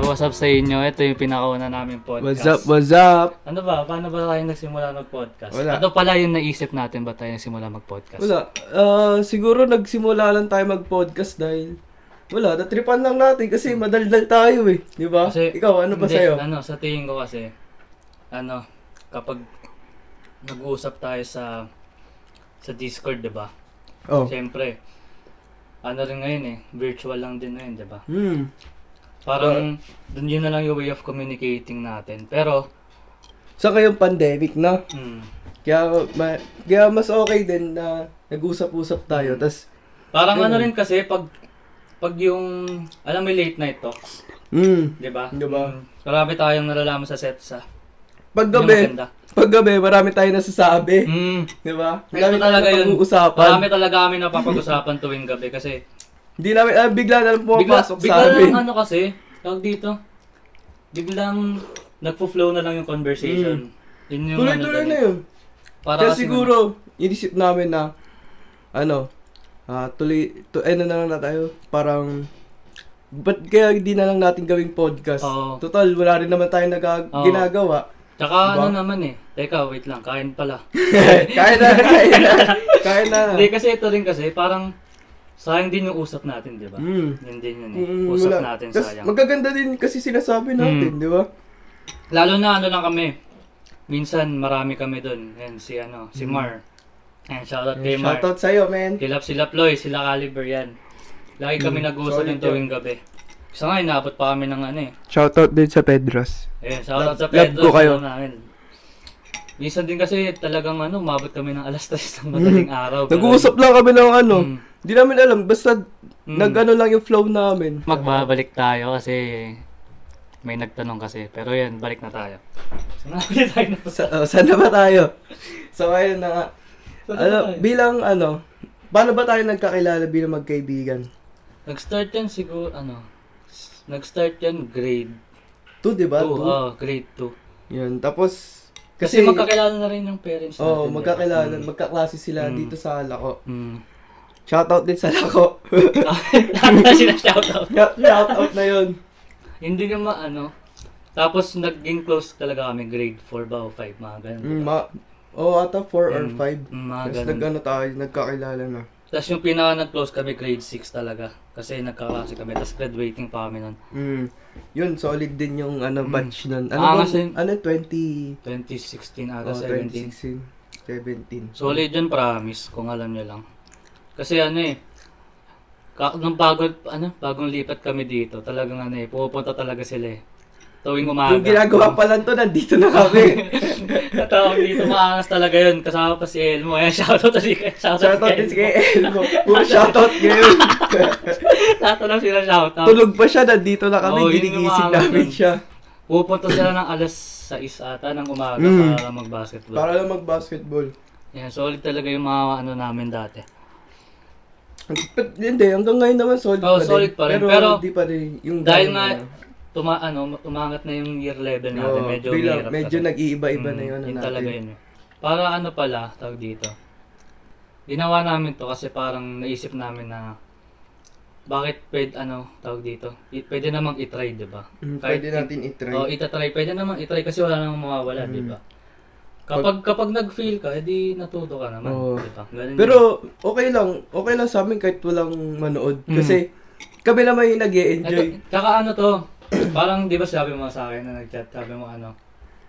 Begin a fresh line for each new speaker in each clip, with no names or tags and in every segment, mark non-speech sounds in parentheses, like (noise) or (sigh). What's up sa inyo? Ito yung pinakauna namin podcast.
What's up, what's up?
Ano ba? Paano ba tayo nagsimula mag-podcast?
Wala.
Ano pala yung naisip natin ba tayo nagsimula mag-podcast?
Wala. Ah, siguro nagsimula lang tayo mag-podcast dahil wala, natripan lang natin kasi madaldal tayo eh. Di ba? Ikaw, ano ba
hindi,
sa'yo?
Ano, sa tingin ko kasi, ano, kapag nag-uusap tayo sa sa Discord, di ba?
Oh.
Siyempre, ano rin ngayon eh, virtual lang din ngayon, di ba?
Hmm.
Parang, dun yun na lang yung way of communicating natin. Pero,
Sa kayong pandemic na.
hmm,
Kaya, ma- kaya mas okay din na nag-usap-usap tayo. tas
parang ano rin kasi, pag, pag yung, alam mo yung late night talks,
hmm.
di ba?
Di ba?
Hmm, Marami tayong nalalaman sa SETSA.
Paggabi,
Yung maganda.
paggabi, marami tayo nasasabi.
Hmm.
Di ba?
Ito talaga yun.
Pag-uusapan.
Marami talaga kami napapag-usapan tuwing gabi kasi
Hindi namin, ah, bigla na lang
bigla,
pumapasok sa
bigla
amin.
lang ano kasi, tawag dito, biglang nagpo-flow na lang yung conversation. Yun yung ano
Mm. Tuloy-tuloy
dun
na
eh.
yun.
Para
Kaya
kasi
siguro, inisip namin na, ano, ah tuloy, to, eh, ano na lang na tayo, parang, ba't kaya hindi na lang natin gawing podcast?
Oo.
Total, wala rin naman tayo nag-
Oo.
ginagawa. (laughs)
Tsaka ano naman eh. Teka, wait lang. Kain pala.
kaya na, kaya na, kaya na.
Hindi kasi ito rin kasi parang sayang din yung usap natin, di ba?
Mm.
Yun din yun eh.
Mm,
Usap
wala.
natin
Tas
sayang. Hmm.
magaganda din kasi sinasabi natin, di ba?
Lalo na ano lang kami. Minsan marami kami doon. And si ano, si Mar. And shoutout kay Mar.
Mm. Shoutout sa'yo, man.
Kilap sila Ploy, sila Caliber yan. Lagi kami nag-uusap
Mm. solid
ng tuwing gabi. Isa nga, inabot pa kami ng ano eh.
Shoutout din sa Pedros.
Ayun, shoutout
Love-
sa
love
Pedro.
ko kayo.
shoutout Namin. Minsan din kasi talagang ano, umabot kami ng alas 3 ng madaling araw. ganun.
Mm. Nag-uusap lang kami ng ano,
Mm.
hindi namin alam, basta
Mm.
nag-ano lang yung flow namin.
Magbabalik tayo kasi may nagtanong kasi. Pero yan, balik na tayo. So, nakapili tayo na
Sa, oh, saan na ba tayo? So, ayun na nga. Ano, bilang ano, paano ba tayo nagkakilala bilang magkaibigan?
Nag-start yan siguro, ano, s- nag-start yan grade
2,
2.
di ba? Two.
Oh, grade 2.
Yun, tapos,
Kasi,
kasi,
magkakilala na rin yung parents natin. di
oh,
ba?
magkakilala,
Mm.
magkaklase sila
Mm.
dito sa Lako.
Mm.
Shoutout din sa Lako.
(laughs)
(laughs)
Lahat na sila shoutout.
Shoutout na yun.
Hindi naman ano. Tapos naging close talaga kami grade 4 ba o 5 mga ganun.
Mm, ma- oh, ata 4 or
Mm,
5.
Mga
Tapos
ganun.
nag-ano tayo, nagkakilala na.
Tapos yung pinaka nag-close kami grade 6 talaga. Kasi nagkaklase kami. Tapos graduating pa kami nun.
Mm. Yun, solid din yung ano,
Mm.
batch nun. Ano
Ah,
bang,
kasi- Ah,
ano, 20,
2016
oh,
ata 17.
2016, 17.
Solid yun promise kung alam nyo lang. Kasi ano eh. Ka- nung bago, ano, bagong lipat kami dito, talagang ano eh, pupunta talaga sila eh. Tuwing umaga.
Yung
(laughs)
ginagawa pa lang to, nandito na kami.
Tawag dito, maangas talaga yun. Kasama pa si Elmo. Ayan, shoutout ulit kay shoutout,
Shoutout
kay
din si
Elmo.
kay Elmo. Puro shoutout ngayon.
(laughs) Lahat na lang sila shoutout.
Tulog pa siya, nandito na kami,
Oo, Oh, yun yung
ginigising
mga- ano.
namin siya.
Pupunta sila ng alas 6 ata ng umaga
Mm.
para mag-basketball.
Para lang mag-basketball.
Ayan, solid talaga yung mga ano namin dati.
But, hindi, hanggang ngayon naman solid
Oo,
pa
Oh,
rin.
solid pa rin,
Pero,
pero-
hindi pa rin yung...
Dahil
ganun
nga,
na-
tuma, ano, umangat na yung year level natin.
Oo,
medyo
bilang-
mahirap
medyo
kasi.
nag-iiba-iba
Mm,
na yun. ano natin.
talaga yun. Para ano pala, tawag dito. Ginawa namin to kasi parang naisip namin na bakit pwede, ano, tawag dito, i- pwede namang itry, di ba?
Mm,
Kahit
Pwede natin i-try. Mm.
Oh, itatry. Pwede naman itry kasi wala namang mawawala, di ba? Kapag kapag nag-fail ka, edi natuto ka naman,
Oo.
di ba? Ganun
Pero, okay lang. Okay lang sa amin kahit walang manood.
Mm.
Kasi, kami naman yung nag
yun.
enjoy
Eto, tsaka ano to, (clears throat) parang di ba sabi mo sa akin na nag-chat, sabi mo ano,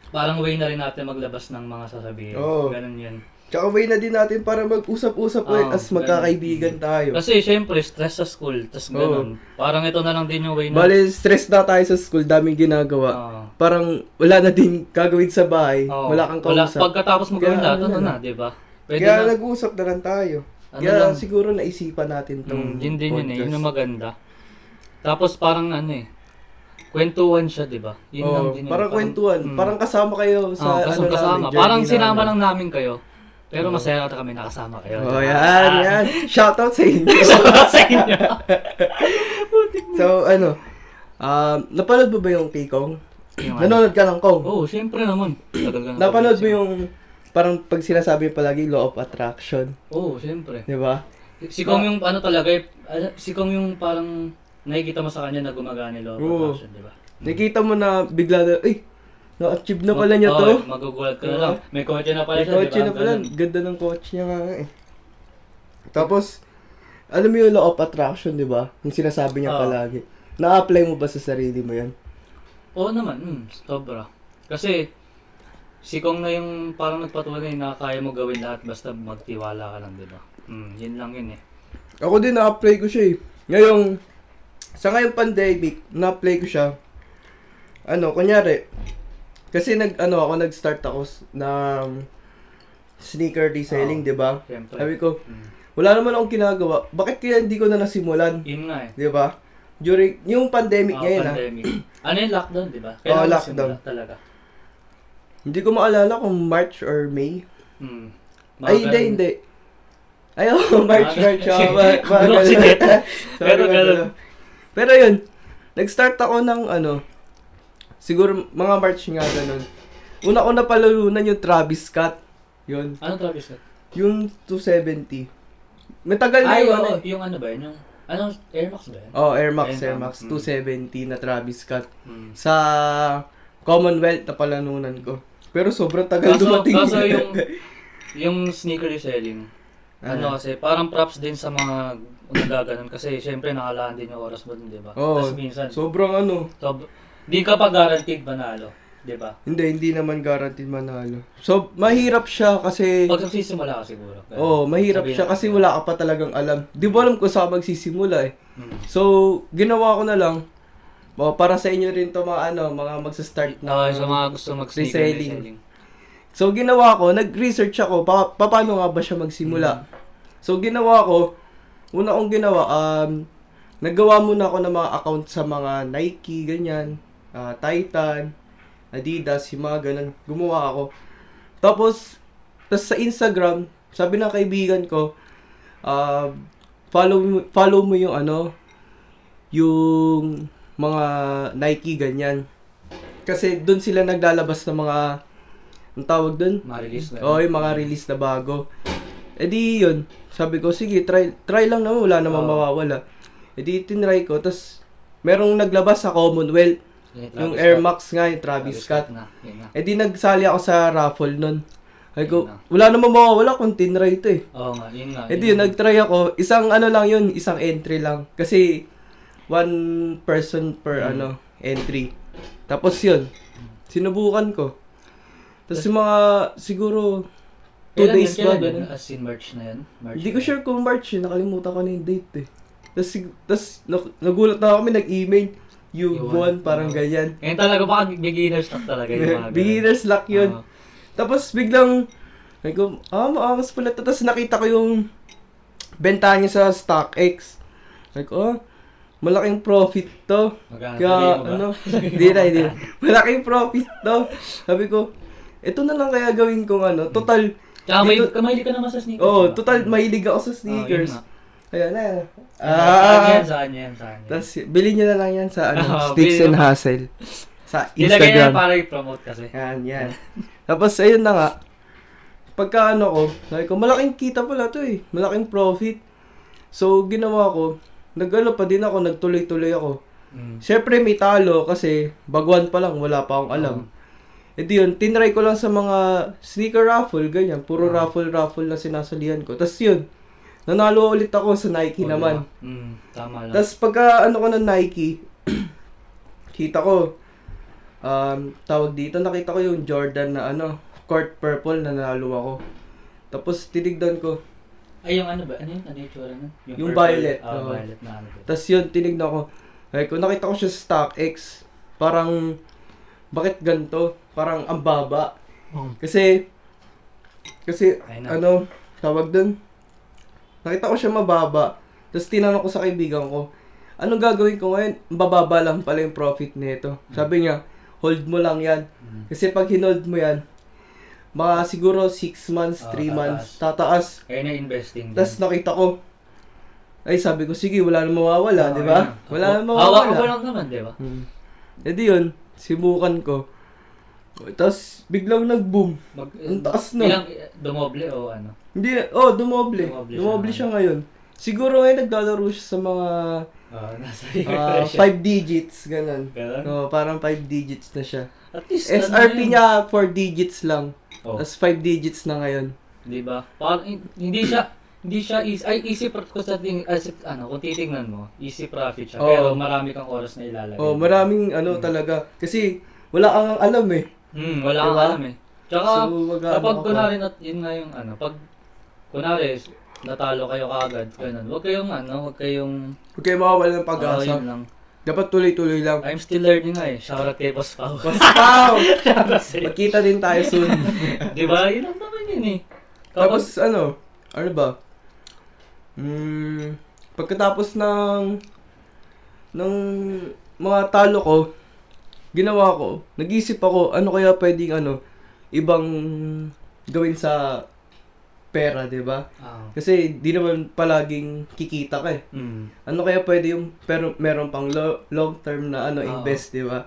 parang way na rin natin maglabas ng mga sasabihin.
Oo.
Ganun yun.
Tsaka way na din natin para mag-usap-usap ulit
Oo,
as magkakaibigan tayo.
Kasi syempre, stress sa school, tas ganun. Parang ito na lang din yung way na.
Bale, stress na tayo sa school, daming ginagawa.
Oo.
parang wala na din gagawin sa bahay.
Oo.
wala kang kausap.
Pagkatapos mo gawin lahat,
Kaya ano
ano
na
na, di ba? Oh. Pwede
Kaya
na.
nag-uusap na lang tayo.
Ano
Kaya
lang.
siguro naisipan natin tong
Mm, yun din yun eh. Yun yung
podcast.
maganda. Tapos parang ano eh. Kwentuhan siya, di ba? Yun
Oo,
lang din yun.
Oh, parang kwentuhan.
mm.
Parang kasama kayo
Oo, kasama,
sa ano
kasama.
namin,
parang
journey
sinama
namin.
lang namin kayo. Pero masaya na kami nakasama kayo. di
Oh,
ba?
yan,
Ah,
yan. Shoutout sa inyo.
(laughs)
(laughs)
sa inyo.
so, ano, um, napanood mo ba yung Kikong?
Yung ano?
Nanonood ka ng Kong?
Oo, oh, syempre naman. Tagal ka na
Napanood mo
pabalik.
yung parang pag sinasabi palagi law of attraction,
Oo, syempre.
di ba?
Si Kong yung ah, ano talaga, eh, ala- si Kong yung parang nakikita mo sa kanya na gumagana yung loob
Oo.
di ba?
Nakita mo na bigla na, ay, na-achieve na pala niya
Oo, eh,
to.
magugulat ka na lang. May kotse na pala
May
siya, di ba?
kotse na pala.
Ganun.
Ganda ng kotse niya nga eh. Tapos, alam mo yung law of attraction, di ba? Yung sinasabi niya
Oo.
palagi. Na-apply mo ba sa sarili mo yan?
Oo naman, mm, sobra. Kasi, si Kong na yung parang nagpatunay na kaya mo gawin lahat basta magtiwala ka lang, di ba? Mm, yun lang yun eh.
Ako din na-apply ko siya eh. Ngayong, sa ngayong pandemic, na-apply ko siya. Ano, kunyari, kasi nag, ano, ako nag-start ako s- ng sneaker reselling,
Oo.
di ba?
Siyempre.
Sabi ko,
Mm.
wala naman akong ginagawa. Bakit kaya hindi ko na nasimulan?
Yun nga eh.
Di ba? During, yung pandemic
Mga
ngayon ah.
pandemic. ano yung lockdown, di ba? Kailangan
Oo,
magsimula
lockdown.
Talaga.
Hindi ko maalala kung March or May.
Mm.
Ay, hindi, hindi. Ay, oh, (laughs)
Mga-
March, March. Oh, ma- mga
Bro,
ganun.
sige.
(laughs) Sorry,
Pero
mga
ganun.
ganun. Pero yun, nag-start ako ng ano, siguro mga March nga ganun. Una ko napalalunan yung Travis Scott. Yun.
Ano Travis Scott?
Yung 270. Matagal na
Ay,
yun.
yung,
ano.
ano, yung ano ba yun? Yung, anong Air Max ba yun?
Oh, Air Max, Air
Air
Max.
Max, mm.
270 na Travis Scott.
Mm.
Sa Commonwealth na palanunan ko. Pero sobrang tagal
Kaso,
dumating.
kaso yung, yung sneaker reselling,
Ah.
ano kasi, parang props din sa mga nagaganon kasi syempre nakalaan din yung oras mo dun, di ba?
Oo.
Tapos minsan,
sobrang ano.
Sob- di ka pa guaranteed manalo, di ba?
Hindi, hindi naman guaranteed manalo. So, mahirap siya kasi...
Pag nagsisimula ka siguro. ganun.
Oo, oh, mahirap
Sabihin
siya
natin.
kasi wala ka pa talagang alam. Di ba alam kung saan magsisimula eh.
Mm.
So, ginawa ko na lang. Oh, para sa inyo rin to mga ano, mga magsa-start
Ah,
na.
sa mga gusto mag-sneaker
Reselling.
reselling.
So, ginawa ko, nag-research ako, pa- paano nga ba siya magsimula. So, ginawa ko, una kong ginawa, um, naggawa muna ako ng mga account sa mga Nike, ganyan, ah, Titan, Adidas, yung mga ganun. Gumawa ako. Tapos, tas sa Instagram, sabi ng kaibigan ko, ah, follow, mo- follow mo yung ano, yung mga Nike, ganyan. Kasi doon sila naglalabas ng mga, ang tawag doon?
Ma-release na.
Oo, yung mga release na bago. E di yun, sabi ko, sige, try, try lang naman, wala namang
Oo.
mawawala. E di tinry ko, tas merong naglabas sa Commonwealth, yung Air Max nga, yung Travis Scott.
na. Yun na.
E di nagsali ako sa raffle nun. Ay ko,
Yun na.
wala namang mawawala kung tinry ito eh.
Oo nga, yun nga.
E di yun, nagtry ako, isang ano lang yun, isang entry lang. Kasi, one person per
Hmm.
ano, entry. Tapos yun, sinubukan ko. Tapos yung mga, siguro, two
Kailan yun?
days ba?
Kailan yun?
ganun.
As in March na yun? March
Hindi
na
ko
yun?
sure kung March eh. Nakalimutan ko na yung date eh. Tapos, sig- tas, nak- nagulat na kami, nag-email. You
You
won,
won.
parang
Oo.
ganyan.
Ngayon talaga baka beginner's luck talaga
(laughs)
yung mga ganun.
Beginner's luck yun.
Oo.
Tapos biglang, ay ko, ah, maawas pala to. Tapos nakita ko yung benta niya sa StockX. Ay ko, ah, malaking profit to.
Magkano? Sabihin mo
Kaya,
ba? (laughs)
ano, hindi na, hindi na. Malaking profit to. Sabi ko, ito na lang kaya gawin kong ano. Total,
Tsaka may,
dito-
kamahilig ka naman sa sneakers. di
oh,
ba?
total, mahilig ako sa
Oo, yun
sneakers.
nga.
Ayan na.
Saan
Ah,
yan? Saan yan? Saan yan?
Tapos, bilhin nyo na lang yan
Ah, (laughs)
sa ano, Sticks
bilhin
and Hustle. Sa
Ilagay na yan
Instagram.
para i-promote kasi.
Yan, yan. Tapos, ayun na nga. Pagka ano ko, sabi ko, malaking kita pala to eh. Malaking profit. So, ginawa ko, nagano pa din ako, nagtuloy-tuloy ako.
Mm.
Siyempre, may talo kasi baguan pa lang, wala pa akong alam. E di yun, tinry ko lang sa mga sneaker raffle, ganyan. Puro raffle-raffle na sinasalihan ko. Tapos yun, nanalo ulit ako sa Nike
Oo,
naman.
diba? Mm, tama lang.
Tapos pagka ano ko ng Nike, (clears throat) kita ko, um, tawag dito, nakita ko yung Jordan na ano, court purple na nalo ako. Tapos tinignan ko.
Ay, yung ano ba? Ano yun? Ano yung tsura nun?
Yung
purple-
violet,
Ah,
oo.
violet na ano ba?
Tapos yun, tinignan ko. Ay, ko nakita ko siya sa StockX, parang, bakit ganito? Parang ang baba. Kasi, kasi,
Ayun Hmm. na.
ano, tawag dun, nakita ko siya mababa. Tapos tinanong ko sa kaibigan ko, anong gagawin ko ngayon? Bababa lang pala yung profit nito.
Hmm.
Sabi niya, hold mo lang yan.
Mm.
Kasi pag hinold mo yan, mga siguro 6 months,
Oo, Ah, tataas.
3 months, tataas.
Ayun na investing. din.
Tapos nakita ko, ay sabi ko, sige, wala nang
Oo,
mawawala, ah, di ba?
ayun na.
Wala nang
Hawak- Oh, Hawak ko
mawawala.
lang naman, di ba?
Hmm. E di yun, simukan ko. Tapos biglang nag-boom.
Mag-
Ang taas na.
Ilang, eh, dumoble o ano?
Hindi, oh, dumoble.
Dumoble
Dumoble
siya
siya ngayon. Siguro ngayon naglalaro siya sa
(laughs)
mga
Oo, nasa
ah,
refresh.
five digits, ganun.
Ganun?
Oo, parang five digits na siya.
At least, ano yun?
SRP niya, four digits lang.
Oh.
Tapos five digits na ngayon.
Di ba? Parang hin- hindi siya hindi siya is ay easy pro- kung sa ting as, ano kung titingnan mo, easy profit siya.
Oo.
Pero marami kang oras na ilalagay.
Oh, maraming ano talaga. Kasi wala kang alam eh.
Hmm, wala kang
Diba?
alam eh. Tsaka
So, wag-
kapag
ano ka.
kunwari nat yun nga yung ano, pag kunwari natalo kayo kaagad, ganun. Huwag kayong ano, huwag kayong
Huwag kayo makawala ng
oh,
pag-asa.
yun lang.
Dapat tuloy-tuloy lang.
I'm still learning nga eh. Shoutout kay Boss Pao. (laughs)
Wow! Magkita din tayo soon.
Di ba? Yun lang naman yun eh. Kapag,
Tapos ano, ano ba? Mm, pagkatapos ng ng mga talo ko, ginawa ko, nag-isip ako, ano kaya pwedeng ano, ibang gawin sa pera, di ba?
ah,
Kasi di naman palaging kikita ka eh.
hmm.
Ano kaya pwede yung pero meron pang lo- long term na ano
Oo.
invest, di ba?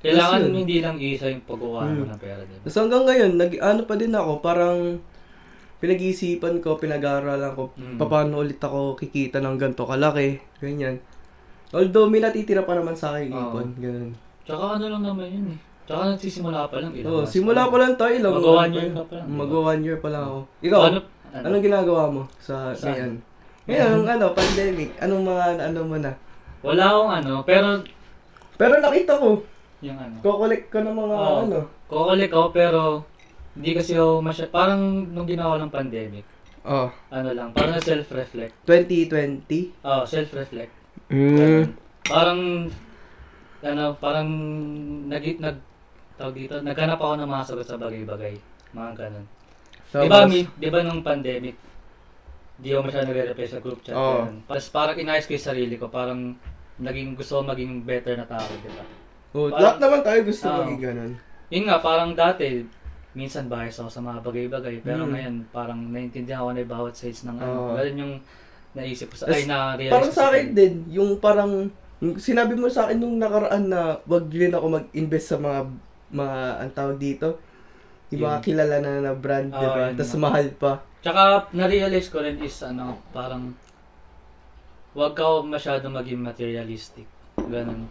Kailangan
Tapos yun.
hindi lang isa yung pagkukuha mo
Hmm.
ng pera, di ba?
Tapos hanggang ngayon, nag ano pa din ako, parang pinag-iisipan ko, pinag-aaralan ko,
Mm.
paano ulit ako kikita ng ganito kalaki, ganyan. Although may natitira pa naman sa akin
Oo.
ipon, ganun.
Tsaka ano lang naman yun eh. Tsaka nagsisimula pa lang.
Oo, simula pa lang tayo, ilang
Mag-one
ano
year
yun?
ka pa lang, di ba?
Mag-one year pa lang ako. Ikaw,
Ano? ano?
anong ginagawa mo sa
Saan?
ngayon? Ngayon, ano, pandemic, anong mga ano mo na?
Wala akong ano, pero
Pero nakita ko,
yung ano.
kukulik ko ng mga
Oo.
ano.
Kukulik Oh, ako pero hindi kasi ako masya... Parang nung ginawa ko ng pandemic,
Oh,
ano lang, parang self-reflect.
2020?
Oh, self-reflect.
Mm.
Parang, ano, parang nag, nag, tawag dito, naghanap ako ng mga sagot sa bagay-bagay. Mga ganun. Di ba, mi, di ba nung pandemic, di ako masyado nagre-reply sa group chat.
Oo.
ganun. Tapos parang inayos ko yung sarili ko, parang naging gusto ko maging better na tao, di ba?
Oh,
Parang-
lahat naman tayo gusto
Oo.
maging ganun.
Yun nga, parang dati, minsan bias ako sa mga bagay-bagay, pero
Mm.
ngayon, parang naiintindihan ko na yung bawat sides ng ano.
Oo.
Ganun yung naisip ko sa,
Tas,
ay, na-realize
Parang
ko
sa akin
sarili.
din, yung parang, yung sinabi mo sa akin nung nakaraan na wag din ako mag-invest sa mga, mga, ang tawag dito, yung mga
Yun.
kilala na na brand,
Oo,
di ba?
yun
Tapos
nga.
mahal pa.
Tsaka, na-realize ko rin is, ano, parang, wag ka masyado maging materialistic. Ganun.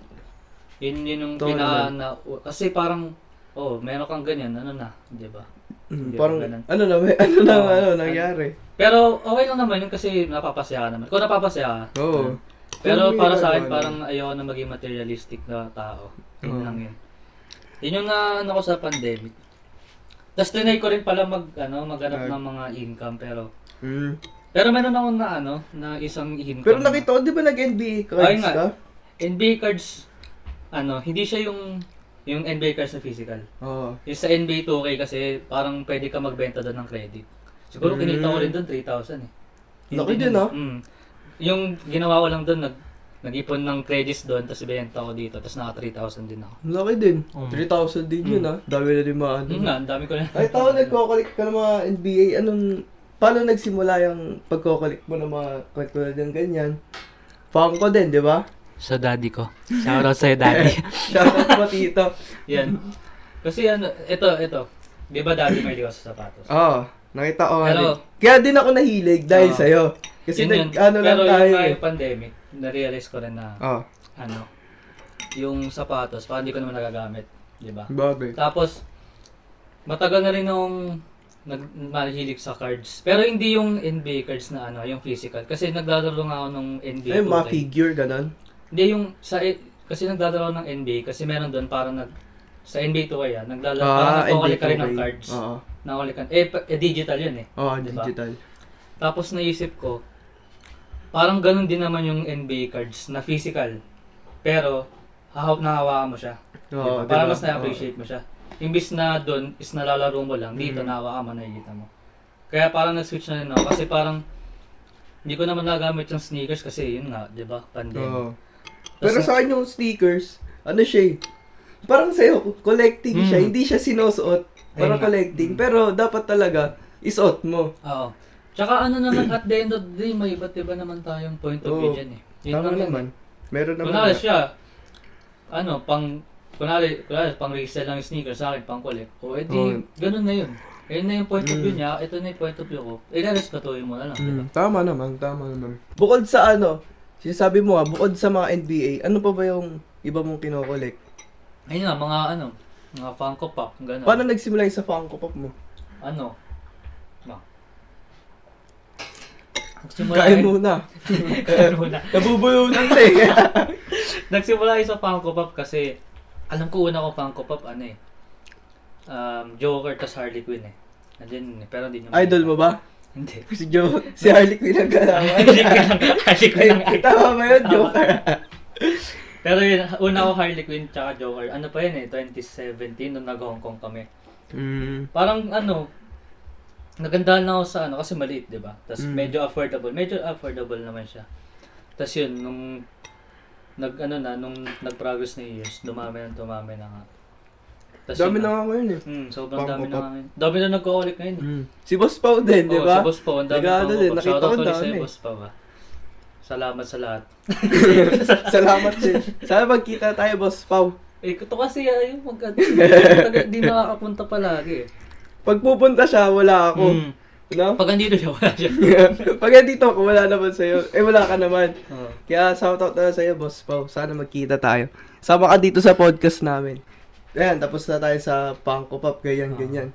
Yun, yun yung
Totoo
pinaka, na, kasi parang, oh, meron kang ganyan, ano na, di ba?
Mm,
Hindi
parang,
ako ganun.
ano na, may, ano na,
Oo,
ano,
ano.
nangyari.
Pero, okay lang naman yun kasi napapasaya ka naman. Kung napapasaya ka.
Oo.
Pero
Kung may
para sa akin,
gagawa
parang ayoko na maging materialistic na tao. Yun
Oo.
lang yun. Yun yung na, ano ko sa pandemic. Tapos tinay ko rin pala mag, ano, maghanap
Mag-
ng mga income, pero,
Mm.
pero meron ako na, ano, na isang income.
Pero
na-
nakita ko, di ba nag-NBA cards
Ayun nga.
ka?
NBA cards, ano, hindi siya yung yung NBA cards na physical.
Oo.
Yung sa NBA 2K kasi parang pwede ka magbenta doon ng credit. Siguro
Mm.
kinita ko rin doon 3,000 eh. Yun
Laki din,
yun.
ah.
Mm. Yung ginawa ko lang doon, nag, nag-ipon ng credits doon, tapos ibenta ko dito, tapos naka 3,000 din ako.
Ang Laki din.
Mm.
3,000 din yun, ah. Dami na din mga ano.
Yun nga, ang dami ko na.
Ay, tao nagko-collect ka ng mga NBA. Anong, paano nagsimula yung pagko-collect mo ng mga katulad ng ganyan? Fan ko din, di ba? (laughs)
Sa daddy ko. Shoutout sa'yo, daddy.
Shoutout mo, tito.
(laughs) Yan. Kasi ano, ito, ito. Di ba dati may liwas sa sapatos?
Oo, oh, nakita ko nga
Pero-
din. Kaya din ako nahilig dahil
Oo.
sa'yo.
Ah. Yun
Kasi nag,
yun.
ano lang
Pero
tayo.
Pero
eh.
yung pandemic, na-realize ko rin na
Oo, oh,
ano, yung sapatos, parang hindi ko naman nagagamit, di ba?
bagay.
Tapos, matagal na rin akong nag- mahilig sa cards. Pero hindi yung NBA cards na ano, yung physical. Kasi naglalaro nga ako ng NBA.
Ay, mga
2K.
figure, ganun.
Hindi yung, sa, E, kasi naglalaro ng NBA, kasi meron doon parang nag, sa NBA 2K yan, naglalaro, ah,
Ah,
parang nagkukulik ka rin ng
okay.
cards.
Oo,
Nakukulik ka- eh, pa- eh, digital yun eh.
Oo,
Di ba?
digital.
Tapos naisip ko, parang ganun din naman yung NBA cards na physical. Pero, hahawak na hawakan mo siya.
Oo,
Diba?
di
Para
ba?
mas na-appreciate mo siya. Imbis na doon, is nalalaro mo lang, dito
Mm.
nahawakan mo, nakikita mo. Kaya parang nag-switch na rin ako kasi parang hindi ko naman nagamit yung sneakers kasi yun nga, di ba? Pandemic.
Oo. Pero
Tas-
sa akin yung sneakers, ano siya eh, parang sa'yo, collecting siya,
Mm.
hindi siya sinusuot,
Ayun
parang
nga. Hmm.
collecting, pero dapat talaga, isuot mo.
Oo. Tsaka ano naman, at the end of the day, may iba't iba naman tayong point of view
Oo.
dyan eh. lang
Tama
yun.
naman. Meron naman.
Kunwari
na-
siya, ano, pang, kunwari, kunwari pang resell ng sneakers sa akin, pang collect. O, edi,
Oo.
ganun na yun. Ayun na yung point of view niya, ito na yung point of view ko. Eh, narespetuhin mo na lang.
Mm, tama naman, tama naman. Bukod sa ano, sinasabi mo nga, bukod sa mga NBA, ano pa ba yung iba mong kinokolek?
Ayun nga, mga ano, mga Funko Pop, gano'n.
Paano nagsimula yung sa Funko Pop mo?
Ano? Ma. Nagsimula
Kain
yun-
muna.
(laughs) Kain muna.
Nabubulunan na eh.
Nagsimula yun sa Funko Pop kasi alam ko una ko Funko Pop ano eh. Um, Joker tas Harley Quinn eh. Nandiyan yun eh, pero hindi niya
(laughs) Idol mo ba?
Hindi. (laughs)
Si Joe, si Harley Quinn ang galawan.
Harley Quinn lang.
(laughs)
Harley Quinn lang.
Ay, tama ba yun,
Tama.
Joker?
(laughs) Pero yun, una ko Harley Quinn tsaka Joker. Ano pa yun eh, 2017 nung nag-Hong Kong kami.
mm,
Parang ano, nagandahan na ako sa ano kasi maliit, 'di ba? Tapos
Mm.
medyo affordable, medyo affordable naman siya. Tapos yun nung nag ano na nung nag-progress na yung years, dumami na dumami na nga. Tas yun
dami na nga ngayon eh.
Mm, sobrang
Pang-
dami na
pop.
nga. ngayon. Dami na nagko-collect ngayon.
Si Boss Pau din, di
Oo,
ba?
Si Boss pa, ang dami
Nagano
pa.
din,
Din,
nakita ko
ulit
dami.
sa Boss pa ba. Salamat sa lahat.
(laughs) Salamat din. Sana magkita tayo, Boss Pau.
Eh, ito kasi
ah,
ayun,
(laughs)
mag- di nakakapunta palagi. eh.
Pag pupunta siya, wala ako.
Mm.
No? (laughs)
Pag andito siya, (laughs) wala siya.
Pag nandito ako, wala naman sa'yo. Eh, wala ka naman.
Oo.
Kaya shoutout na lang sa'yo, Boss Pau. Sana magkita tayo. Sama ka dito sa podcast namin. Ayan, tapos na tayo sa Funko Pop, ganyan,
Ah.
ganyan.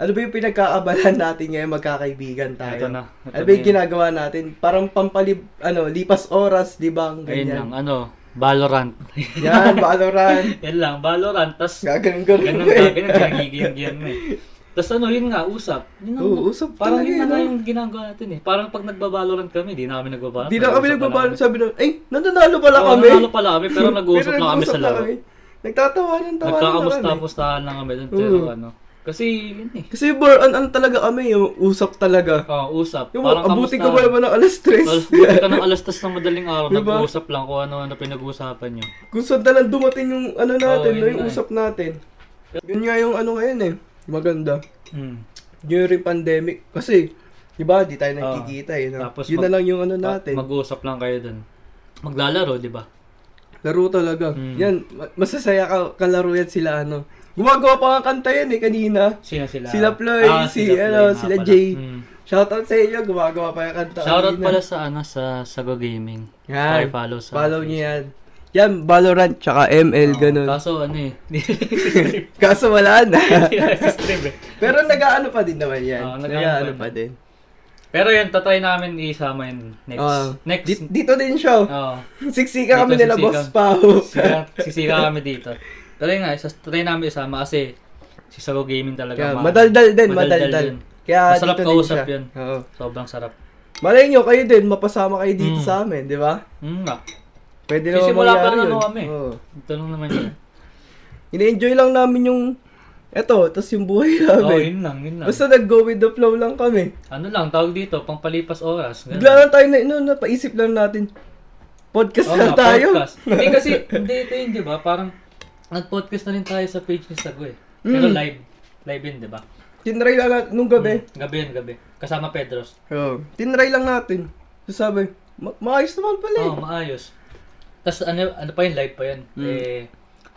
Ano ba yung pinagkaabalan (laughs) natin ngayon magkakaibigan tayo?
Ito na. Ito
ano ba
na
yung
yun.
ginagawa natin? Parang pampalib, ano, lipas oras, di ba? Ang
Ayun
Ganyan.
lang, ano, Valorant.
Yan, Valorant.
(laughs) Yan lang, Valorant, tas
Gaganong
ganun
ganun. eh.
ka, ganun nagigiyan mo eh. Tas ano, yun nga, usap. Yun ang-
Oo, usap
Parang yun
talaga
na
yun,
nga
ah.
yung ginagawa natin eh. Parang pag nagbabalorant kami, di na kami nagbabalorant.
Di na
Nag-uusap
kami nagbabalot.
namin.
Sabi na, eh, nananalo pala
Oo,
kami.
nanalo pala kami,
(laughs)
pero nag-uusap
Pero
lang kami sa
nag-uusap
laro.
kami. Nagtatawanan, tawanan na kami.
Nagkakamusta-mustahan lang kami dun. Pero
Oo.
ano, kasi yun eh.
eh. Kasi more on, ano talaga kami, yung usap talaga.
Oo, usap.
Yung
Parang
abuti ka ba
kamustahan.
naman ng alas 3? (laughs)
Well, buti ka ng alas tas ng madaling araw,
Diba?
nag-uusap lang kung ano-ano pinag-uusapan nyo.
Kung saan na lang dumating yung ano natin,
Oo,
no,
yun
yung
nga eh.
usap natin. Yun nga yung ano ngayon eh. Maganda.
Mm.
During pandemic. Kasi, di ba, di tayo nagkikita eh. No?
Tapos
yun
mag-
na lang yung ano natin.
Mag-uusap lang kayo dun. Maglalaro, di ba?
Laro talaga.
Mm.
Yan, ma- masasaya ka, kalaro yan sila ano. Gumagawa pa nga kanta yan eh kanina.
Sina sila.
Sila Ploy, si,
Ploy
ano,
Ah, nga
sila
pala.
Jay.
Mm.
Shoutout sa inyo, gumagawa pa yung kanta
Shoutout
kanina.
pala sa ano sa Sago Gaming.
Yan.
follow sa
Follow niyo yan. Yan, Valorant, tsaka ML, ganun.
Kaso ano
(laughs)
eh. (laughs) Hindi
Kaso wala na.
(laughs) nila stream eh.
Pero nag-aano pa din naman yan.
Oo, Ah, nag-aano
nag-aano
pa
pa din.
Pero yun, tatry namin isama yun next.
Oo.
next.
Di- Ah. dito din siya. oh.
Oo.
Siksika kami
Dito
nila,
siksika.
Boss Pao. (laughs)
Sisira, sisira kami dito. Pero yun nga, isa, try namin isama kasi si Sago Gaming talaga.
Kaya,
ma-
madaldal din, madaldal.
din.
Kaya
Masarap
dito din
kausap
siya.
yun.
Oo.
Sobrang sarap.
Malay nyo, kayo din, mapasama kayo dito
Mm.
sa amin, di ba?
Mm, nga.
Pwede naman
Sisimula pa
mangyari
rin
yun.
ano kami.
Oo.
Ito lang naman
(clears throat)
yun.
Ine-enjoy lang namin yung, eto, tapos yung buhay
Oo,
namin.
Oh, yun lang, yun lang.
Ano eh? Basta nag-go with the flow lang kami.
ano lang, tawag dito, pangpalipas oras. ganun.
Bigla lang tayo na, ano, napaisip lang natin. Podcast
Oo
lang
Oh, nga,
tayo. (laughs)
podcast. Hindi kasi, hindi ito yun, di ba? Parang, nag-podcast na rin tayo sa page ni Sago eh. Pero
Mm.
live. Live yun, di ba?
Tinry lang natin, nung gabi.
Mm, Gabi yun, gabi. Kasama Pedros.
Oo. Oh, Tinry lang natin. So sabi, ma- maayos naman pala eh.
Oo, Oh, maayos. Tapos ano, ano pa yun, live pa yun.
Mm.
Eh,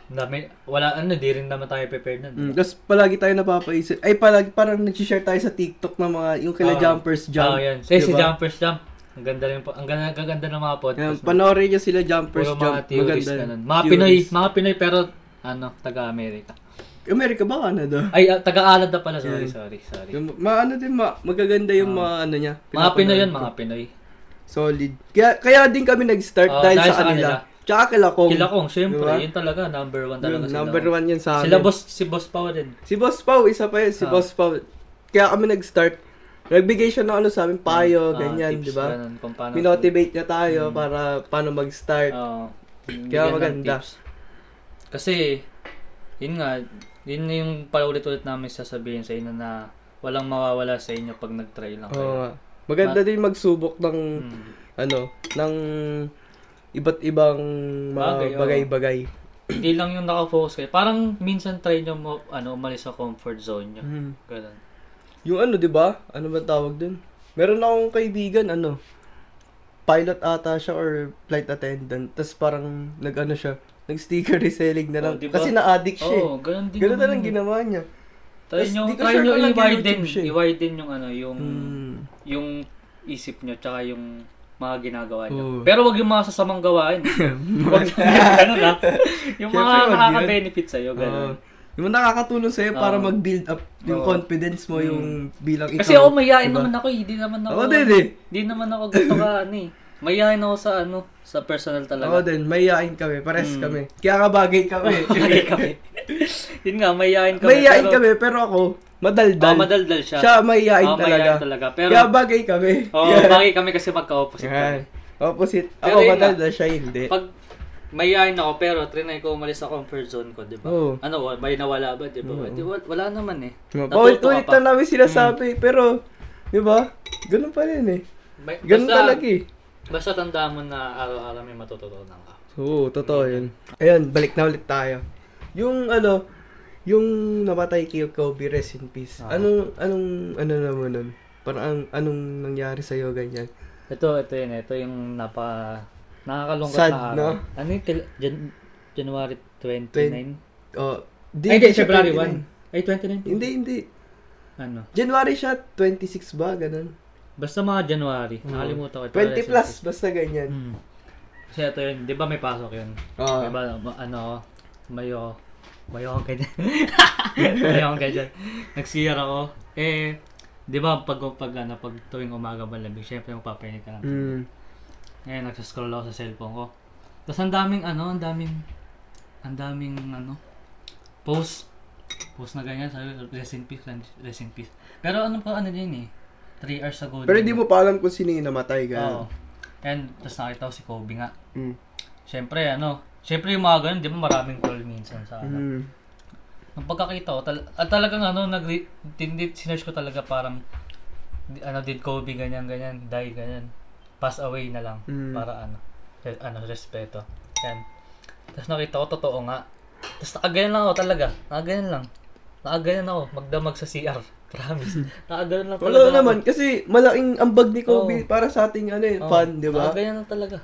dami, wala ano, di rin naman tayo prepared nun.
Mm, Tapos palagi tayo napapaisip. Ay, palagi parang nag-share tayo sa TikTok ng mga yung
Ah.
kila Jumpers
Oo,
Jump.
yan. Eh, si
Diba?
Jumpers Jump. Ang ganda rin po. Ang ganda, ang ganda ng mga
Yan,
podcast.
panoorin niyo sila Jumpers
Puro
Jump.
mga theories
Maganda.
ganun. Mga
Theories.
Pinoy, mga Pinoy pero ano, taga-Amerika.
Amerika ba, Canada?
Ay, ah, taga-Canada pala, sorry,
Yeah.
sorry, sorry.
Mm. Yung, ma ano din, ma magaganda
Ah.
yung mga ano niya.
Mga Pinoy yun,
pinapanood
mga
ko.
Pinoy.
Solid. Kaya, kaya din kami nag-start
Oo,
dahil, sa kanila. Tsaka kila Kong.
Kila Kong, syempre,
Diba?
yun talaga, number one
Yun,
talaga sila.
number one yan sa amin.
Sila boss, si boss pa din.
Si Boss Pau, isa pa yun, si
Ah.
Boss Pau. Kaya kami nag-start. Nagbigay siya ng ano sa amin,
Ah,
payo, ganyan,
tips,
di ba?
ganun, kung paano. Hmm. Ah,
Minotivate niya tayo para paano mag-start.
Oo. Bigyan
Kaya
ng
maganda.
tips. Kasi, yun nga, yun na yung paulit-ulit namin sasabihin sa inyo na walang mawawala sa inyo pag nag-try lang (clears throat)
Oo
kayo.
nga. Maganda din magsubok ng
Mm.
ano, ng iba't ibang
Bagay,
mga
oo.
bagay-bagay.
Hindi lang yung nakafocus kayo. Parang minsan try nyo mo, ano, umalis sa comfort zone nyo.
Mhm.
Ganun.
Yung ano, 'di ba? Ano ba tawag dun? Meron akong kaibigan ano, pilot ata siya or flight attendant. Tapos parang nag-ano siya, nag-sticker reselling na lang.
Oh, di ba?
Kasi na-addict siya.
Oo, oh, ganun
eh.
din.
Ganun na
naman
lang
yun.
ginawa niya.
Try
Tas
nyo,
di ko
try
sure
nyo
kung
i-widen,
nag-YouTube siya eh.
i-widen yung ano, yung,
Mm.
yung isip nyo, tsaka yung mga ginagawa nyo.
Oo.
Pero wag yung mga sasamang
(laughs)
gawain. wag ganun ha. Yung mga
Siyempre, wag yun.
nakaka-benefit sa'yo,
Oo.
ganun.
yung nakakatulong sa'yo para
Oo.
mag-build up
Oo.
yung
Mm.
confidence mo yung bilang ikaw.
Kasi ako mayayain
diba?
naman ako, eh. hindi naman ako.
Ako din eh.
Hindi naman ako gusto ka, ano eh. Mayayain ako sa ano, sa personal
Ako
(laughs) talaga.
din, mayayain kami, pares kami. Kaya kabagay
(laughs)
kami.
Mayayain
(laughs)
kami. Yun nga, mayayain kami.
mayayain
Pero-
kami, pero ako, madaldal.
Oh, madaldal siya.
Siya mayayain
Oo,
talaga.
mayayain talaga. Pero,
Kaya bagay kami.
oh, bagay kami kasi magka-opposite kami.
(laughs) Yan. Opposite.
Pero
Ako
yun nga.
madaldal, siya hindi.
Pag mayayain ako, pero trinay ko umalis sa comfort zone ko, di ba?
Oo.
Ano, wa- may nawala ba, di ba? Di, wa- wala naman eh. Natuto
Diba? Paulit-ulit
ka pa. Mm.
na namin sinasabi, pero, di ba? Ganun pa rin eh.
May-
Ganun
basta-
talaga eh.
Basta tandaan mo na araw-araw may matututunan ka.
Oo, totoo yun. Ayun, balik na ulit tayo. Yung ano, yung napatay kay Kobe, rest in peace. Anong, anong, ano naman nun? Parang ang- anong nangyari sa'yo, ganyan.
Ito, ito yun. Ito yung napa... Nakakalungkot
Sad,
na araw.
no?
Ano yung til- Jan- January 29?
O, di,
Ay, hindi,
siya
February
29.
1. Ay, 29?
Hindi, hindi.
Ano?
January siya, 26 ba, ganun.
Basta mga January. Nakalimutan ko. ito.
20 plus, basta ganyan. Ah.
Hmm. Kasi ito yun. Di ba may pasok yun?
Oo.
Di ba, ma- ano, mayo, mayo akong ganyan. (laughs) mayo akong ganyan. Nag-CR ako. Eh, di ba, pag, pag, ano, pag tuwing umaga malamig, syempre magpapainit ka lang.
Mm.
Ngayon, nagsascroll ako sa cellphone ko. Tapos ang daming ano, ang daming, ang daming ano, post. Post na ganyan, sabi, rest in peace, rest in peace. Pero ano pa, ano din eh, 3 hours ago.
Pero
din.
hindi mo pa alam kung sino yung namatay,
Oo.
ganun.
And, tapos nakita ko si Kobe nga.
Mm.
Siyempre, ano, siyempre yung mga ganun, di ba maraming call minsan sa ano.
Mm.
Nung pagkakita ko, tal- at talagang ano, nag tindi, sinerge ko talaga parang, di- ano, did Kobe ganyan, ganyan, die, ganyan. Pass away na lang,
Mm.
para ano, re- ano, respeto. Yan. Tapos nakita ko, totoo nga. Tapos nakaganyan lang ako talaga, nakaganyan lang. Nakaganyan ako, magdamag sa CR. (laughs) Promise. Nakaganyan lang talaga.
Wala
ako.
naman, kasi malaking ambag ni Kobe
Oo.
para sa ating ano, eh,
Oo,
fan, di ba?
Nakaganyan lang talaga.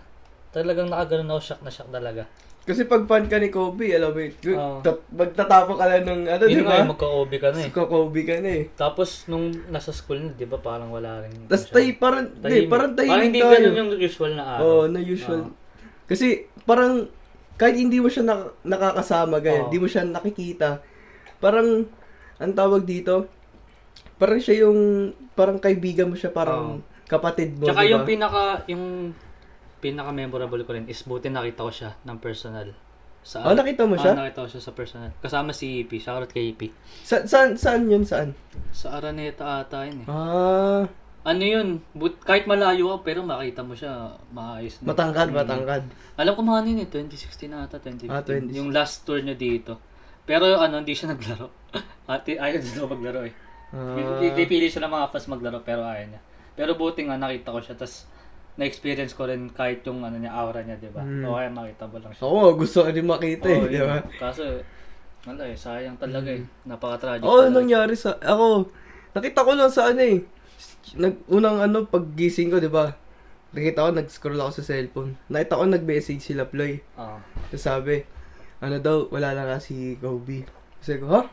Talagang nakaganyan ako, shock na shock talaga.
Kasi pag fan ka ni Kobe, alam mo,
Oo.
oh. magtatapo ka lang ng ano, di
Yun nga,
ba?
yung magka-OB ka na eh.
Suka Kobe ka na eh.
Tapos, nung nasa school na, di ba, parang wala rin.
Tapos
masyado.
tayo, parang, di,
Tahimik.
parang
Parang
tahimik
hindi
tayo.
ganun yung usual na araw.
Oo, na usual.
Oo.
Kasi parang, kahit hindi mo siya nak- nakakasama,
Oo.
ganyan, hindi mo siya nakikita, parang, ang tawag dito, parang siya yung, parang kaibigan mo siya, parang kapatid mo,
Tsaka
di
yung
ba?
pinaka, yung pinaka-memorable ko rin is buti nakita ko siya ng personal. Sa,
Oh, nakita mo siya?
Ah, nakita ko siya sa personal. Kasama si EP. Shoutout kay EP.
Sa- saan, saan yun, saan?
Sa Araneta ata yun eh.
Ah,
Ano yun? But, kahit malayo ako pero makita mo siya maayos. na.
matangkad, matangkad.
Alam ko mga ano yun eh. 2016 na ata. 2015.
Ah, 2016.
Yung last tour niya dito. Pero ano, hindi siya (laughs) naglaro. Ate, ayaw din daw maglaro eh.
Ah,
Uh, Pipili siya ng mga fans maglaro pero ayaw niya. Pero buti nga nakita ko siya tas na-experience ko rin kahit yung ano niya, aura niya, di ba?
Mm.
O kaya makita mo lang siya.
ako, gusto ko rin makita eh,
Oo,
di
yun.
ba?
Kaso, wala eh, sayang talaga eh. Napaka-tragic
Oo, oh,
talaga.
nangyari sa... Ako, nakita ko lang sa ano eh. Nag, unang ano, paggising ko, di ba? Nakita ko, nag-scroll ako sa cellphone. Nakita ko, nag-message sila, Ploy.
Oo.
Tapos sabi, ano daw, wala na nga si Kobe. Kasi ko, ha?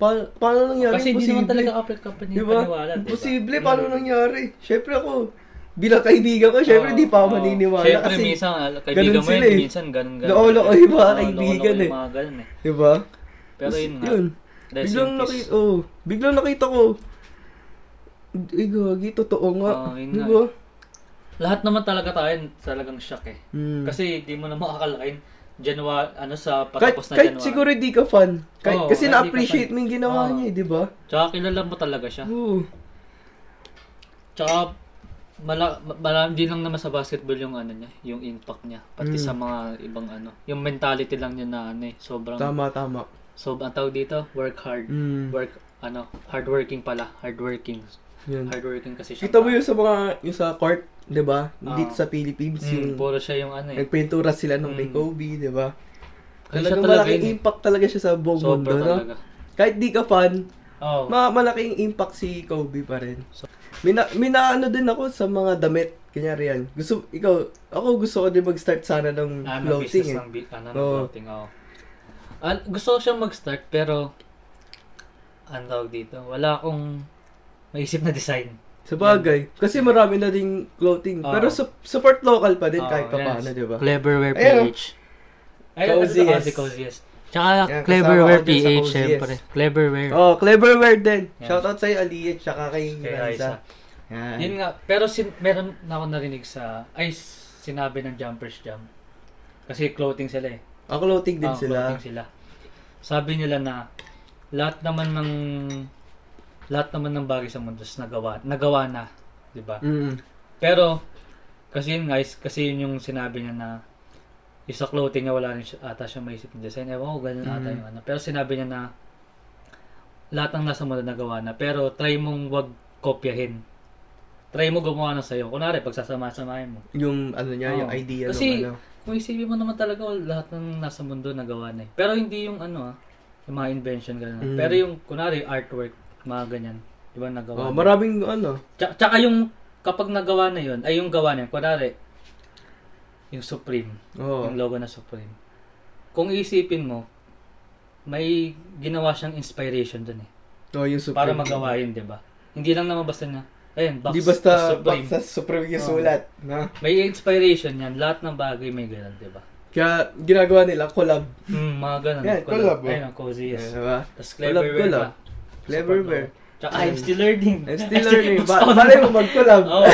Pa- paano nangyari?
Kasi hindi naman
Imposible.
talaga kapit kapit niya
Di
diba?
ba?
paniwala, di ba?
Imposible, paano nangyari? Syempre ako, bilang kaibigan ko, syempre di pa ako
Oo.
maniniwala.
Syempre,
kasi,
minsan, ah, kaibigan
ganun
mo yun,
sila eh.
minsan ganun ganun.
Loko-loko yung mga
Oo,
kaibigan
loko-loko
eh.
yung mga ganun eh.
di ba?
Pero
Tapos
yun nga,
Diba? Yun.
rest in
biglang
peace.
nakita, oh, biglang nakita ko. Ay, gagi, totoo nga.
Oo, Oh,
Diba?
yun
di
nga
ba?
Lahat naman talaga tayo, talagang shock eh.
Mm.
Kasi di mo na makakalain January, ano sa
kahit,
patapos na
kahit
January.
siguro di ka fan. Kahit,
Oo,
kasi
kahit di ka fan.
na-appreciate
Oh.
mo yung ginawa
Oo.
niya, eh, di ba?
Tsaka kilala mo talaga siya.
Oo.
Tsaka mala, mala, di lang naman sa basketball yung ano niya, yung impact niya. Pati sa
Hmm.
mga ibang ano. Yung mentality lang niya na ano eh, sobrang,
Tama, tama.
sobrang ang tawag dito, work hard.
Mm.
Work, ano, hardworking pala. Hardworking.
Yun.
Hardworking kasi siya.
Kita mo yun sa mga, yung sa court, di ba? Dito sa Philippines, yung
Mm, puro siya yung ano Oh. eh.
nagpintura sila nung kay Kobe, di ba?
Kasi siya
Talagang
talaga
malaking
yun eh.
impact talaga siya sa buong mundo,
Sobra
no?
talaga.
Kahit di ka fan,
Oh.
ma- malaking impact si Kobe pa rin. Mina, minaano din ako sa mga damit. Kanyari yan. Gusto, ikaw, ako gusto ko din mag-start sana ng
Ah, ng business
clothing eh.
ng bi- ano, ng
Oo.
clothing, oo. Ah, gusto ko siyang mag-start pero ano tawag dito, wala akong maisip na design.
Sa bagay. Kasi marami na ding clothing.
Mm. Oo.
Pero su- support local pa din
Oo,
kahit pa
Oh, yes.
paano, di ba?
Cleverware
Ayun. oh.
PH.
Ayun,
Cozy
cozy
yes.
yes. Cozy yes.
Tsaka
Yan,
Cleverware
kasama ko dyan sa
PH,
OGS.
syempre. Cleverware.
Oh, cleverware din.
Yan.
Shoutout sa'yo, Ali, at saka kay
Kay Raisa.
Raisa. Yan.
Yun nga, pero sin, meron na ako narinig sa, ay, sinabi ng Jumpers Jam. Kasi clothing sila eh.
Ah, clothing din
Ah,
sila.
clothing sila. Sabi nila na lahat naman ng lahat naman ng bagay sa mundo is nagawa, nagawa na, 'di ba?
Mm.
Pero kasi yun guys, kasi yun yung sinabi niya na yung sa clothing niya wala rin siya, ata siya maisip ng design. Ewan ko, ganun ata
Mm.
yung ano. Pero sinabi niya na lahat ng nasa mundo nagawa na. Pero try mong wag kopyahin. Try mo gumawa ng sa'yo. Kunwari, pagsasama-samahin mo.
Yung ano niya,
Oo.
yung idea
Kasi,
nung ano.
kung isipin mo naman talaga, oh, lahat ng nasa mundo nagawa na eh. Pero hindi yung ano ah, yung mga invention gano'n.
Mm.
Pero yung, kunwari, artwork, mga ganyan. Di ba nagawa? na?
Oh, maraming ano.
Tsa- tsaka yung, kapag nagawa na yun, ay yung gawa na yun, kunwari, yung Supreme,
Oh.
yung logo na Supreme. Kung isipin mo, may ginawa siyang inspiration dun eh.
Oh, yung
Para
Supreme.
magawa yun, di ba? Hindi lang naman basta na, ayun, box,
Di basta,
Supreme.
basta Supreme yung
Oo.
sulat. Na?
May inspiration yan, lahat ng bagay may ganun, di ba?
Kaya ginagawa nila collab.
Mm, mga ganun.
Yeah, collab, oh.
Ayun, ang cozy, yes.
Di ba?
Tapos
Collab,
cleverware
collab.
pa.
Cleverware.
Tsaka I'm still learning.
I'm
(laughs)
still learning.
Boss
Ba-
Paul
Malay
na
mo
naman.
mag-collab.
Oo,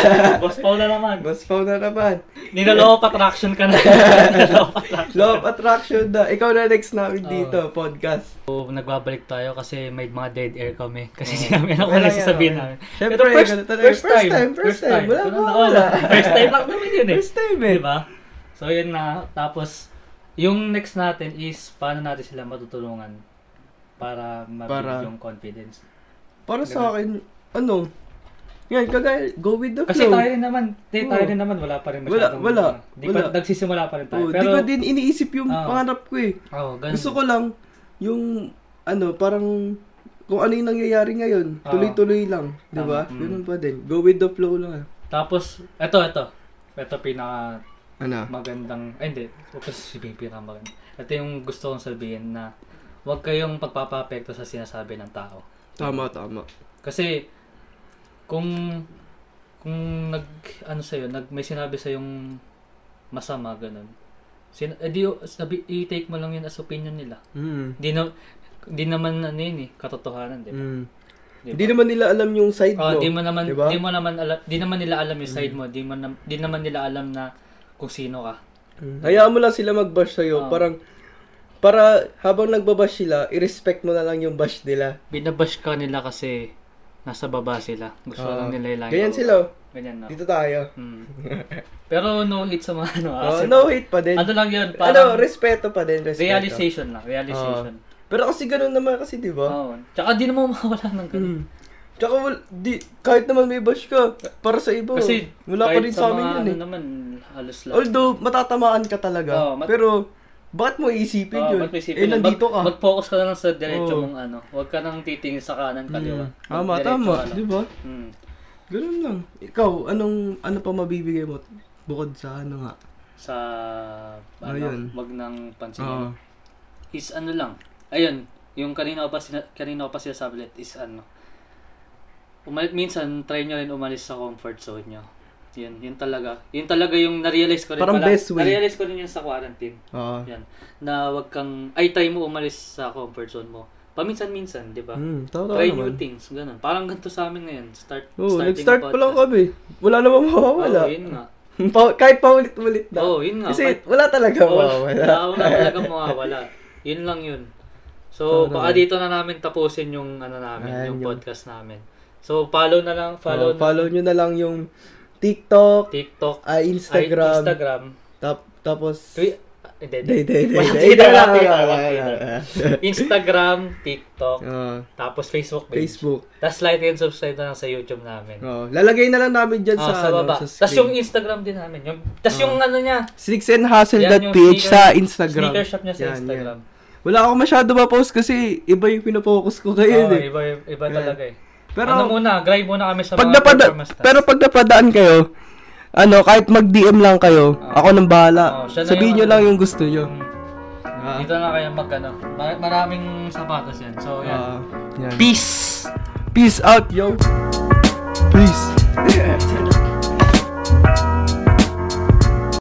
boss Paul na naman.
Mas found na naman.
Ninalaw pa attraction
(laughs)
ka na. Ninalaw pa attraction.
Law of attraction na. Ikaw na next namin dito, podcast.
So, nagbabalik tayo kasi may mga dead air kami. Kasi (laughs) hindi namin ako
Mm. Wala
lang
yan,
sasabihin
wala.
namin.
Siyempre,
Pero first,
ganun talaga.
first,
First
time,
time, first time. Wala
Ganun
pa,
ako.
wala.
First time lang naman yun eh.
First time eh.
Diba? So, yun na. Tapos, yung next natin is paano natin sila matutulungan para
Para-
mabuild yung confidence.
Para sa akin, ano? Yan, kagaya, go with the
Kasi
flow.
tayo rin naman, tayo, tayo rin naman, wala pa rin
oh. Wala,
masyadong- ano.
wala,
Di
wala.
pa, nagsisimula pa rin tayo.
Oh,
Pero,
di ko din iniisip yung
Ah.
pangarap ko eh.
oh, ganun.
Gusto ko lang yung ano, parang kung ano yung nangyayari ngayon,
Ah.
tuloy-tuloy lang, 'di
Tama,
ba?
mm.
Ganun pa din. Go with the flow lang. ah.
Tapos, eto, eto. Eto pinaka
Ano?
magandang, ay hindi, huwag kasi sabihin pinaka maganda. Ito yung gusto kong sabihin na huwag kayong pagpapapekto sa sinasabi ng tao.
Tama, tama.
Kasi, kung, kung nag, ano sa'yo, nag, may sinabi sa'yong masama, ganun. Sin, eh, di, sabi, i-take mo lang yun as opinion nila.
Mm.
Hindi na, di naman ano yun eh, katotohanan, di ba?
Mm.
Di ba?
Hindi naman nila alam yung side
Diba? Oh,
mo.
di mo naman
di ba?
di mo naman alam, di naman nila alam yung side mo, di mo nam- di naman nila alam na kung sino ka.
Mm. Hayaan mo lang sila mag-bash sa'yo.
Ah.
Parang, para habang nagbabash sila, i-respect mo na lang yung bash nila.
Binabash ka nila kasi nasa baba sila. Gusto
Ah.
lang nila ilangin.
Ganyan sila. oh.
Ganyan na.
Dito tayo. (laughs)
Mm. Pero no hate sa mga ano.
Oh,
kasi-
no hate pa din.
Ano lang yun,
Ano, Oh.
parang
respeto pa din. Respeto.
realization lang. Realization.
Pero kasi ganun naman kasi, di ba?
Oo. Tsaka di naman mawala ng ganun.
Mm. Tsaka wal- di, kahit naman may bash ka, para sa iba,
Kasi
Mm. Oh, wala pa
kahit
rin
mga
sa amin
ano
yun eh.
naman, halos lahat.
Although, matatamaan ka talaga.
Oo, Oh, mat-
pero, bakit mo iisipin
Oo,
yun?
ba't may isipin
eh,
yun?
nandito
Mag-
ka. Oh.
Mag-focus ka na lang sa diretso
Oo.
mong ano. Huwag ka nang titingin sa kanan, kaliwa.
Mm. Tama,
Diretso
tama.
ka lang.
Di ba?
Mm.
Ganun lang. Ikaw, anong, ano pa mabibigay mo? Bukod sa ano nga.
sa ano,
Ayun.
wag nang
Oo.
pansinin. Is ano lang. Ayun, yung kanina ko pa sina, kanina ko pa sinasabi ulit is ano. Umalit minsan try nyo rin umalis sa comfort zone nyo. Yun, yun talaga. Yun talaga yung na-realize ko rin.
Parang
pala.
best way.
Na-realize ko rin yun sa quarantine.
Oo.
Yan. Na wag kang, ay try mo umalis sa comfort zone mo. Paminsan-minsan, di ba?
Hmm, tama
try new
naman.
things, ganun. Parang ganito sa amin ngayon. Start,
Oo,
starting
nag-start
a
pa
podcast.
lang
Oh,
kami. Wala namang mawawala.
Oo, yun nga.
(laughs) Pa- kahit paulit-ulit na.
Oo, Oh, yun nga. Oh.
Kasi wala talaga
(laughs)
mawawala. Oh,
Wala,
(laughs)
wala talaga mawawala. Yun lang yun. So,
Tama
baka
naman.
dito na namin tapusin yung ano namin,
Ayan,
yung
yun.
podcast namin. So, follow na lang, follow, na
Oo, follow nyo na lang yung TikTok,
TikTok,
ah,
Instagram,
Instagram,
Instagram
tap- tapos...
Twi- ah, hindi, hindi.
Day, day, day,
Walang
day.
Twitter,
Wala,
walang Twitter,
wala,
walang
wala, (laughs) wala.
Instagram, TikTok,
Oo,
tapos Facebook page.
Ah, Facebook.
Tapos like and subscribe na lang sa YouTube namin.
Oo, lalagay na lang namin dyan
Ah,
sa,
sa,
ano,
baba.
sa
Tapos yung
screen. Ah.
Instagram din namin. Yung, tapos yung ano niya, Yan yung
sixandhustle.ph
sneaker-
sa Instagram.
sneaker shop niya sa
Yan, yan.
Instagram.
Wala akong masyado ma-post kasi iba yung pinapokus ko
Oo,
kayo.
Ah,
eh.
iba, iba talaga eh.
Pero,
ano muna, grind muna kami sa mga
pag napada,
performance tasks.
pero pag napadaan kayo, ano, kahit mag-DM lang kayo, ako nang bahala.
Oo, siya na
Sabihin
yung
nyo
ano.
lang yung gusto nyo.
Mm.
Ah,
Dito na kayo mag ano. Mar- maraming sapatos yan. So, yan.
Ah, yan.
Peace!
Peace out, yo! Peace!